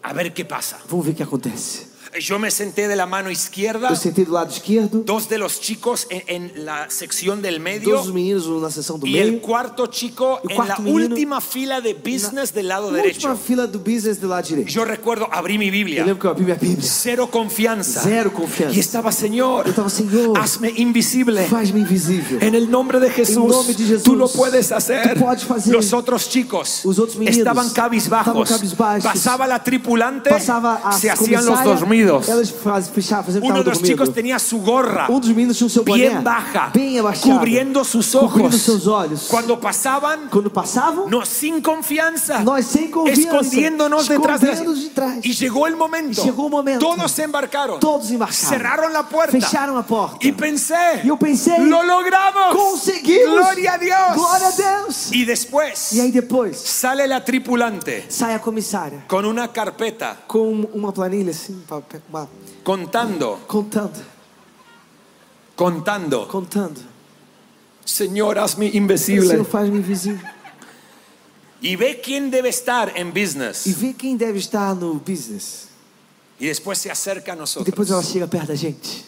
S2: A ver qué pasa.
S3: Vamos ver o que acontece.
S2: Yo me senté de la mano izquierda,
S3: Eu sentei do lado esquerdo,
S2: dos de los chicos en, en la sección del medio
S3: todos os meninos na sessão do
S2: y el
S3: meio.
S2: cuarto chico
S3: El
S2: en
S3: cuarto
S2: la
S3: menino-
S2: última fila de business del lado
S3: Na última
S2: derecho.
S3: fila do business do lado direito.
S2: Yo recuerdo, abrí mi
S3: Eu
S2: Biblia.
S3: lembro que eu abri minha Bíblia.
S2: Cero confianza.
S3: Cero confianza.
S2: Y estaba, Señor,
S3: Eu tava, Senhor,
S2: hazme invisible.
S3: faz-me invisível.
S2: En el nombre de Jesús,
S3: nome de Jesus,
S2: tú lo puedes hacer.
S3: tu podes fazer.
S2: Los otros chicos
S3: Os outros meninos
S2: estaban cabizbajos.
S3: estavam cabisbaixos.
S2: Pasaba la tripulante,
S3: Passava a
S2: se hacían los
S3: comissária,
S2: dormidos.
S3: Elas faz, fechava, faziam
S2: Uno
S3: tava
S2: de los
S3: dormindo.
S2: chicos tenía su gorra
S3: Um dos meninos tinha o seu boné.
S2: bien baja,
S3: Bem abaixado.
S2: Ah, cubriendo sus ojos.
S3: Cobrindo seus olhos.
S2: Cuando pasaban,
S3: Quando passavam,
S2: no, sin confianza,
S3: Nós sem confiança,
S2: escondiéndonos detrás de, las-
S3: escondendo de trás.
S2: Y llegó el momento.
S3: E chegou o momento.
S2: Todos se embarcaron.
S3: Todos embarcaram.
S2: Cerraron la puerta.
S3: Fecharam a porta.
S2: Y pensé.
S3: E eu pensei,
S2: Lo logramos.
S3: conseguimos.
S2: Gloria a Dios.
S3: Glória a Deus.
S2: Y después
S3: E aí depois,
S2: sale la tripulante
S3: sai a comissária
S2: con una carpeta
S3: com uma planilha assim, pa- pa- uma-
S2: contando,
S3: contando,
S2: contando.
S3: contando.
S2: Señor, hazme
S3: Senhor,
S2: invisible.
S3: faz-me um invisível.
S2: Y ve quién debe estar en
S3: E
S2: business.
S3: vê quem deve estar no business.
S2: Y después se acerca a
S3: E depois ela
S2: nosotros.
S3: chega perto da gente.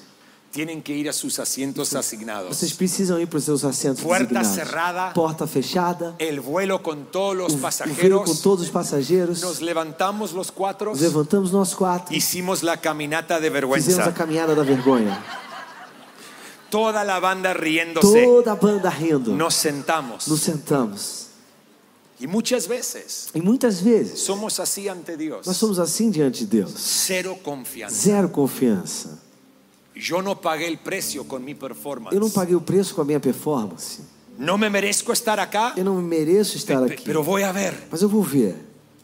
S2: Tienen que ir a sus asientos asignados.
S3: Vocês precisam ir para os seus assentos
S2: Puerta
S3: designados.
S2: cerrada.
S3: Porta fechada.
S2: El vuelo con todos los
S3: O veio com
S2: pasajeros.
S3: todos os passageiros.
S2: Nos levantamos los cuatro.
S3: Nos levantamos nós quatro.
S2: Hicimos la caminata de
S3: Fizemos a
S2: vergüenza.
S3: caminhada da vergonha.
S2: Toda la banda riéndose.
S3: Toda a banda rindo.
S2: Nos sentamos.
S3: Nos sentamos.
S2: Y muchas veces
S3: E muitas vezes,
S2: somos así ante Dios.
S3: nós somos assim diante de Deus.
S2: Cero confianza.
S3: Zero confiança.
S2: Yo no pagué el precio con mi
S3: Eu não
S2: performance.
S3: paguei o preço com a minha performance.
S2: No me merezco estar acá,
S3: Eu não mereço estar
S2: pe-
S3: aqui.
S2: pero voy a ver.
S3: Mas eu vou ver.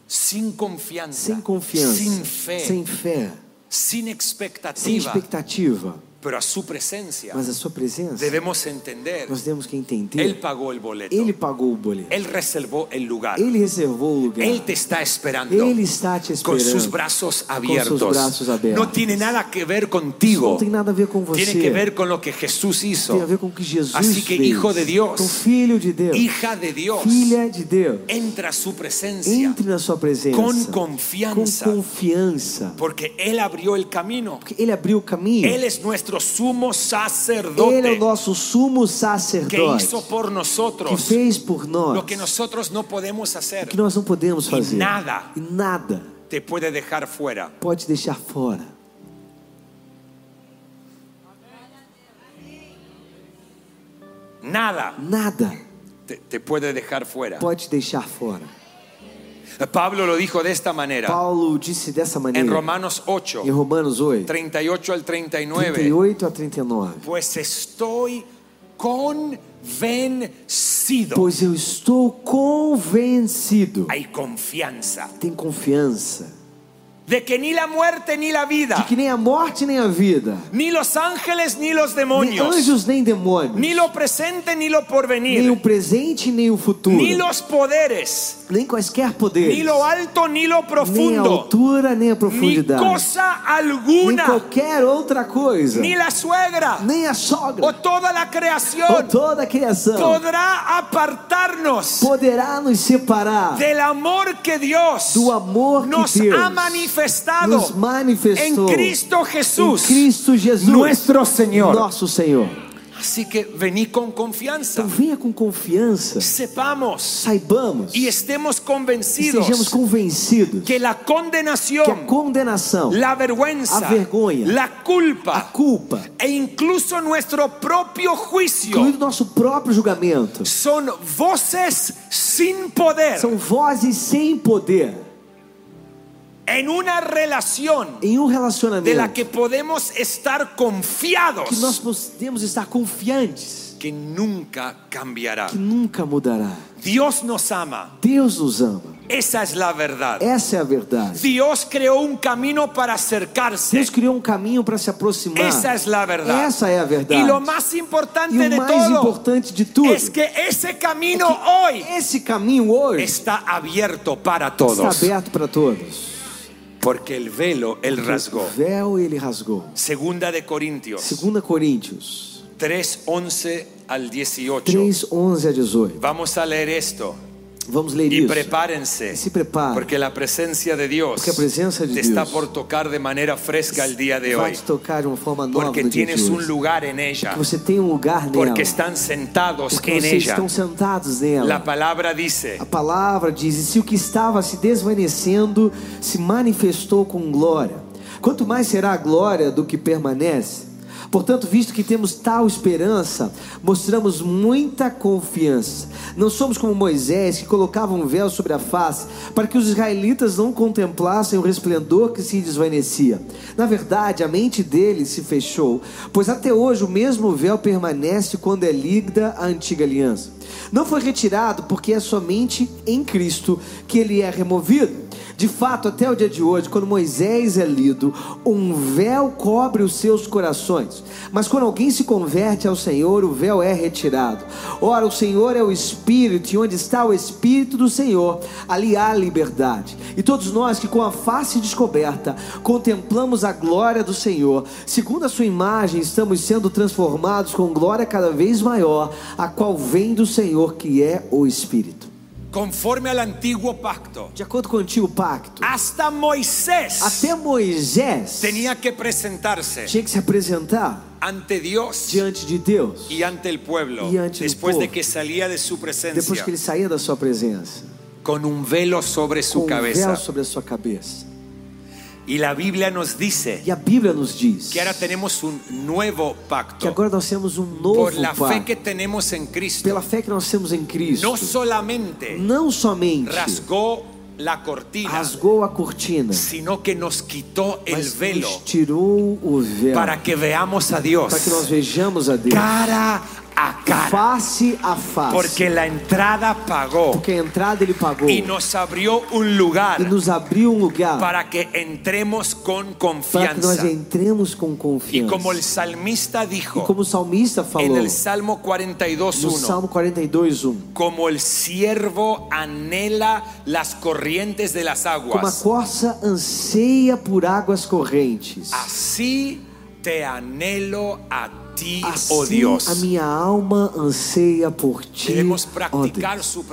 S2: Sin confianza.
S3: Sem confiança.
S2: Sin fe.
S3: Sem fé.
S2: Sin
S3: Sem
S2: expectativa.
S3: expectativa.
S2: pero a su presencia
S3: Mas a sua presença,
S2: debemos entender,
S3: nós temos que
S2: Él
S3: entender.
S2: pagó el boleto,
S3: Ele pagou o boleto.
S2: Él reservó el lugar,
S3: Ele reservou o lugar.
S2: Él te está esperando.
S3: Ele está te
S2: Con
S3: esperando.
S2: sus brazos abiertos.
S3: sus brazos abiertos.
S2: No tiene nada que ver
S3: Não
S2: contigo.
S3: tem nada a ver com você.
S2: Tiene que ver con lo que Jesús
S3: Tem a
S2: hizo.
S3: ver com o que Jesus
S2: Así que,
S3: fez.
S2: hijo de Dios,
S3: Então, filho de Deus,
S2: Hija de Dios,
S3: filha de Deus,
S2: entra a su presencia
S3: entre na sua presença
S2: con confianza,
S3: com confiança,
S2: porque Él abrió el camino.
S3: porque Ele abriu o caminho.
S2: Él es nuestro sumo
S3: Ele é o
S2: sacerdote
S3: nosso sumo
S2: que
S3: sacerdote
S2: hizo por
S3: que
S2: nosotros
S3: fez por nós
S2: lo que nosotros no podemos hacer.
S3: o que nós não podemos fazer.
S2: nada.
S3: E nada
S2: Te puede dejar fuera.
S3: pode deixar fora.
S2: Nada
S3: Nada
S2: te, te puede dejar fuera.
S3: pode deixar fora.
S2: Pablo lo dijo de esta manera
S3: Paulo disse dessa
S2: en
S3: maneira
S2: Romanos 8,
S3: em Romanos 8,
S2: 38 al 39.
S3: 38 a 39.
S2: Pues estoy convencido.
S3: Pois eu estou convencido,
S2: Hay confianza
S3: tem confiança,
S2: de que ni la muerte ni la vida,
S3: de que nem a morte nem a vida,
S2: ni los ángeles ni los
S3: nem
S2: demonios,
S3: anjos nem demônios,
S2: ni lo presente ni lo
S3: nem o
S2: porvenir,
S3: presente nem o futuro,
S2: ni los poderes,
S3: nem quaisquer poderes,
S2: ni lo alto ni lo
S3: nem a
S2: profundo,
S3: altura nem a
S2: ni
S3: profundidade,
S2: cosa
S3: nem
S2: alguna,
S3: qualquer outra coisa,
S2: ni la suegra
S3: nem a sogra,
S2: o toda la
S3: ou
S2: creación
S3: toda a criação,
S2: podrá apartarnos
S3: poderá nos separar
S2: del amor que Dios
S3: do amor
S2: nos
S3: que Deus
S2: ha manifestado
S3: nos manifestou
S2: en Cristo
S3: em
S2: Jesús,
S3: Cristo Jesus,
S2: nuestro Señor.
S3: nosso Senhor.
S2: Así que vení con confianza,
S3: Então venha com confiança,
S2: sepamos
S3: saibamos
S2: y
S3: e
S2: estemos convencidos
S3: sejamos convencidos
S2: que la
S3: que a
S2: condenación,
S3: condenação,
S2: la vergüenza,
S3: a vergonha,
S2: la
S3: a
S2: culpa
S3: culpa,
S2: e incluso nuestro propio
S3: incluindo
S2: juicio
S3: nosso próprio julgamento,
S2: son voces sin poder
S3: são vozes sem poder
S2: en una relación
S3: em um
S2: de la
S3: relacionamento
S2: que podemos estar
S3: que nós
S2: confiados
S3: podemos estar confiantes
S2: que nunca cambiará.
S3: que nunca mudará.
S2: Dios nos ama,
S3: Deus nos ama,
S2: esa es la verdad.
S3: essa é a verdade.
S2: Dios creó un camino para acercarse,
S3: Deus criou um caminho para se aproximar.
S2: esa es la verdad.
S3: Essa é a verdade.
S2: Y lo más
S3: E
S2: importante
S3: o
S2: de
S3: mais
S2: todo
S3: importante de tudo é
S2: es que ese camino hoy
S3: esse caminho hoje
S2: está abierto para
S3: está
S2: todos,
S3: aberto para todos.
S2: porque el velo él rasgó.
S3: O véu ele rasgou.
S2: Segunda de Corintios
S3: 2 Coríntios
S2: 3, 11 al 18.
S3: 3, 11 a 18.
S2: Vamos a leer esto.
S3: Vamos ler
S2: Y
S3: isso.
S2: prepárense.
S3: Se prepare.
S2: Porque la presencia de Dios
S3: Porque a presença de
S2: te
S3: Deus
S2: está por tocar de manera fresca el día de
S3: Vai
S2: hoy.
S3: te tocar de uma forma nova
S2: Porque
S3: no dia de
S2: tienes un
S3: hoje.
S2: lugar en ella.
S3: Que você tem um lugar nela.
S2: Porque están sentados
S3: Porque
S2: en
S3: vocês
S2: ella.
S3: estão sentados nela.
S2: La palabra dice,
S3: A palavra diz: E se o que estava se desvanecendo se manifestou com glória, quanto mais será a glória do que permanece? Portanto, visto que temos tal esperança, mostramos muita confiança. Não somos como Moisés, que colocava um véu sobre a face, para que os israelitas não contemplassem o resplendor que se desvanecia. Na verdade, a mente dele se fechou, pois até hoje o mesmo véu permanece quando é lida a antiga aliança. Não foi retirado porque é somente em Cristo que ele é removido. De fato, até o dia de hoje, quando Moisés é lido, um véu cobre os seus corações. Mas quando alguém se converte ao Senhor, o véu é retirado. Ora, o Senhor é o Espírito, e onde está o Espírito do Senhor, ali há liberdade. E todos nós que com a face descoberta contemplamos a glória do Senhor, segundo a sua imagem, estamos sendo transformados com glória cada vez maior, a qual vem do Senhor, que é o Espírito.
S2: conforme al antiguo pacto,
S3: De acordo com o antigo pacto,
S2: hasta Moisés
S3: até Moisés
S2: tenía que presentarse
S3: tinha que se apresentar
S2: ante Dios
S3: diante de Deus,
S2: y ante el pueblo,
S3: Y ante el
S2: después de
S3: pueblo.
S2: que salía de su
S3: depois
S2: presencia,
S3: que ele saía da sua presença,
S2: con un velo sobre
S3: com
S2: su
S3: um véu
S2: cabeza.
S3: sobre a sua cabeça.
S2: Y la Biblia nos dice
S3: E a Bíblia nos diz
S2: que ahora tenemos un nuevo
S3: que
S2: pacto
S3: agora nós temos um novo
S2: por la fe
S3: pacto.
S2: que tenemos en Cristo.
S3: Pela fé que nós temos em Cristo,
S2: No solamente
S3: não somente
S2: rasgó la cortina,
S3: rasgou a cortina,
S2: sino que nos quitó el
S3: mas
S2: velo
S3: nos tirou o véu
S2: para que veamos a Dios
S3: para que nós vejamos a Deus
S2: cara a cara.
S3: face a face.
S2: Porque la entrada pagó
S3: Porque a entrada ele pagou
S2: y nos abrió un lugar
S3: e nos abriu um lugar
S2: para que entremos con
S3: para que nós
S2: confianza.
S3: entremos com
S2: Y
S3: confiança.
S2: como el salmista
S3: E
S2: dijo
S3: como o salmista falou
S2: en el Salmo
S3: no
S2: 42.1,
S3: Salmo 42, 1.
S2: como el siervo anhela las corrientes de las
S3: Como a
S2: aguas,
S3: corça anseia por águas correntes,
S2: así te anhelo a ti, oh
S3: assim a
S2: Dios.
S3: minha alma anseia por ti.
S2: Debemos
S3: ó
S2: practicar
S3: Deus.
S2: su
S3: Temos oh que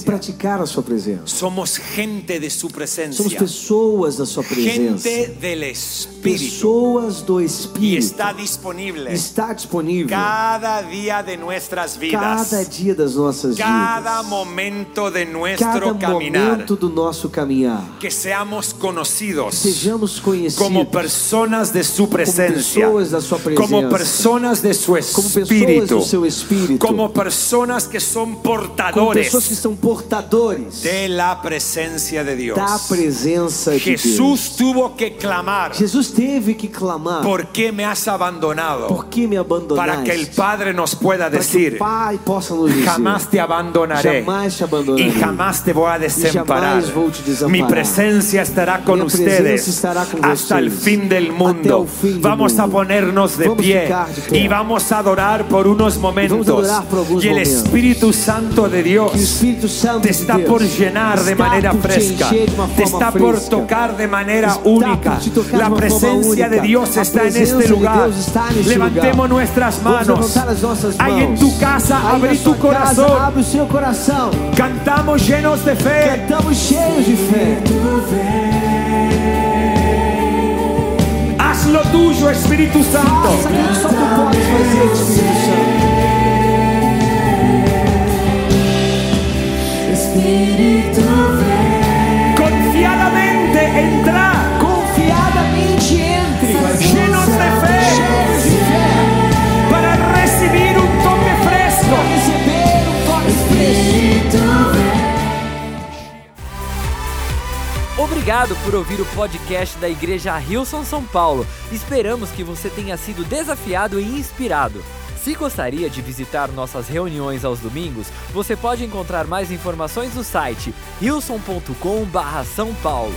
S2: presencia.
S3: praticar a sua presença.
S2: Somos gente de su
S3: Somos
S2: presencia,
S3: pessoas da sua presença.
S2: gente del Espíritu.
S3: Pessoas do
S2: Y
S3: Espírito.
S2: está disponible
S3: Está disponível
S2: cada día de nuestras
S3: cada
S2: vidas,
S3: dia das nossas
S2: cada
S3: vidas.
S2: momento de nuestro
S3: Cada
S2: caminar.
S3: momento do nosso caminhar.
S2: Que seamos conocidos
S3: Sejamos conhecidos
S2: como personas de su presencia,
S3: pessoas da sua presença.
S2: como personas de su
S3: como pessoas do
S2: espíritu,
S3: seu Espírito.
S2: como personas que son
S3: como pessoas que
S2: portadores
S3: são portadores
S2: de la presencia de Dios.
S3: da presença de Deus.
S2: Jesús tuvo que clamar,
S3: Jesus teve que clamar:
S2: ¿por qué me has
S3: Por
S2: abandonado?
S3: que me
S2: Para
S3: abandonaste?
S2: que el Padre nos pueda
S3: Para que o
S2: decir,
S3: Pai possa nos dizer:
S2: Jamás te abandonaré.
S3: Jamás te abandonaré.
S2: Y jamás te voy a desemparar.
S3: jamás voy a desamparar.
S2: Mi presencia estará con
S3: Minha presença
S2: ustedes
S3: estará com
S2: hasta el
S3: vocês.
S2: fin del
S3: Até o
S2: mundo.
S3: fim do
S2: vamos a
S3: mundo.
S2: ponernos de
S3: Vamos
S2: pie
S3: ficar de pé.
S2: y vamos a adorar por unos momentos.
S3: adorar por alguns
S2: y el
S3: momentos.
S2: Espíritu Santo de Dios
S3: Que o Espírito Santo
S2: te
S3: de
S2: está
S3: Deus
S2: por llenar de
S3: está
S2: manera
S3: por te
S2: fresca,
S3: encher de uma
S2: te
S3: forma
S2: está por
S3: fresca.
S2: tocar de manera
S3: Está por
S2: única.
S3: te tocar de
S2: La
S3: uma forma
S2: presencia de
S3: única.
S2: Dios
S3: A
S2: está en
S3: presença
S2: este
S3: de
S2: lugar.
S3: Deus está neste
S2: Levantemos
S3: lugar.
S2: nuestras
S3: Vamos
S2: manos.
S3: levantar as nossas mãos.
S2: Ahí en tu casa,
S3: Aí na
S2: abrí
S3: sua
S2: tu
S3: casa,
S2: corazón.
S3: Abre o seu coração.
S2: Cantamos llenos de fe.
S3: Estamos cheios de fé.
S2: Haz lo tuyo, Espíritu Santo.
S3: Faça aquilo que é só tu podes fazer, é Espírito Santo.
S4: Espírito vem,
S2: Confiadamente entra.
S3: Confiadamente entre.
S2: Llenos de fe.
S3: Cheios de fé.
S2: Para recibir un toque fresco.
S3: Para receber um toque fresco.
S4: Espírito vem.
S1: Obrigado por ouvir o podcast da Igreja Hilson São Paulo. Esperamos que você tenha sido desafiado e inspirado. Se gostaria de visitar nossas reuniões aos domingos, você pode encontrar mais informações no site hilson.com/são paulo.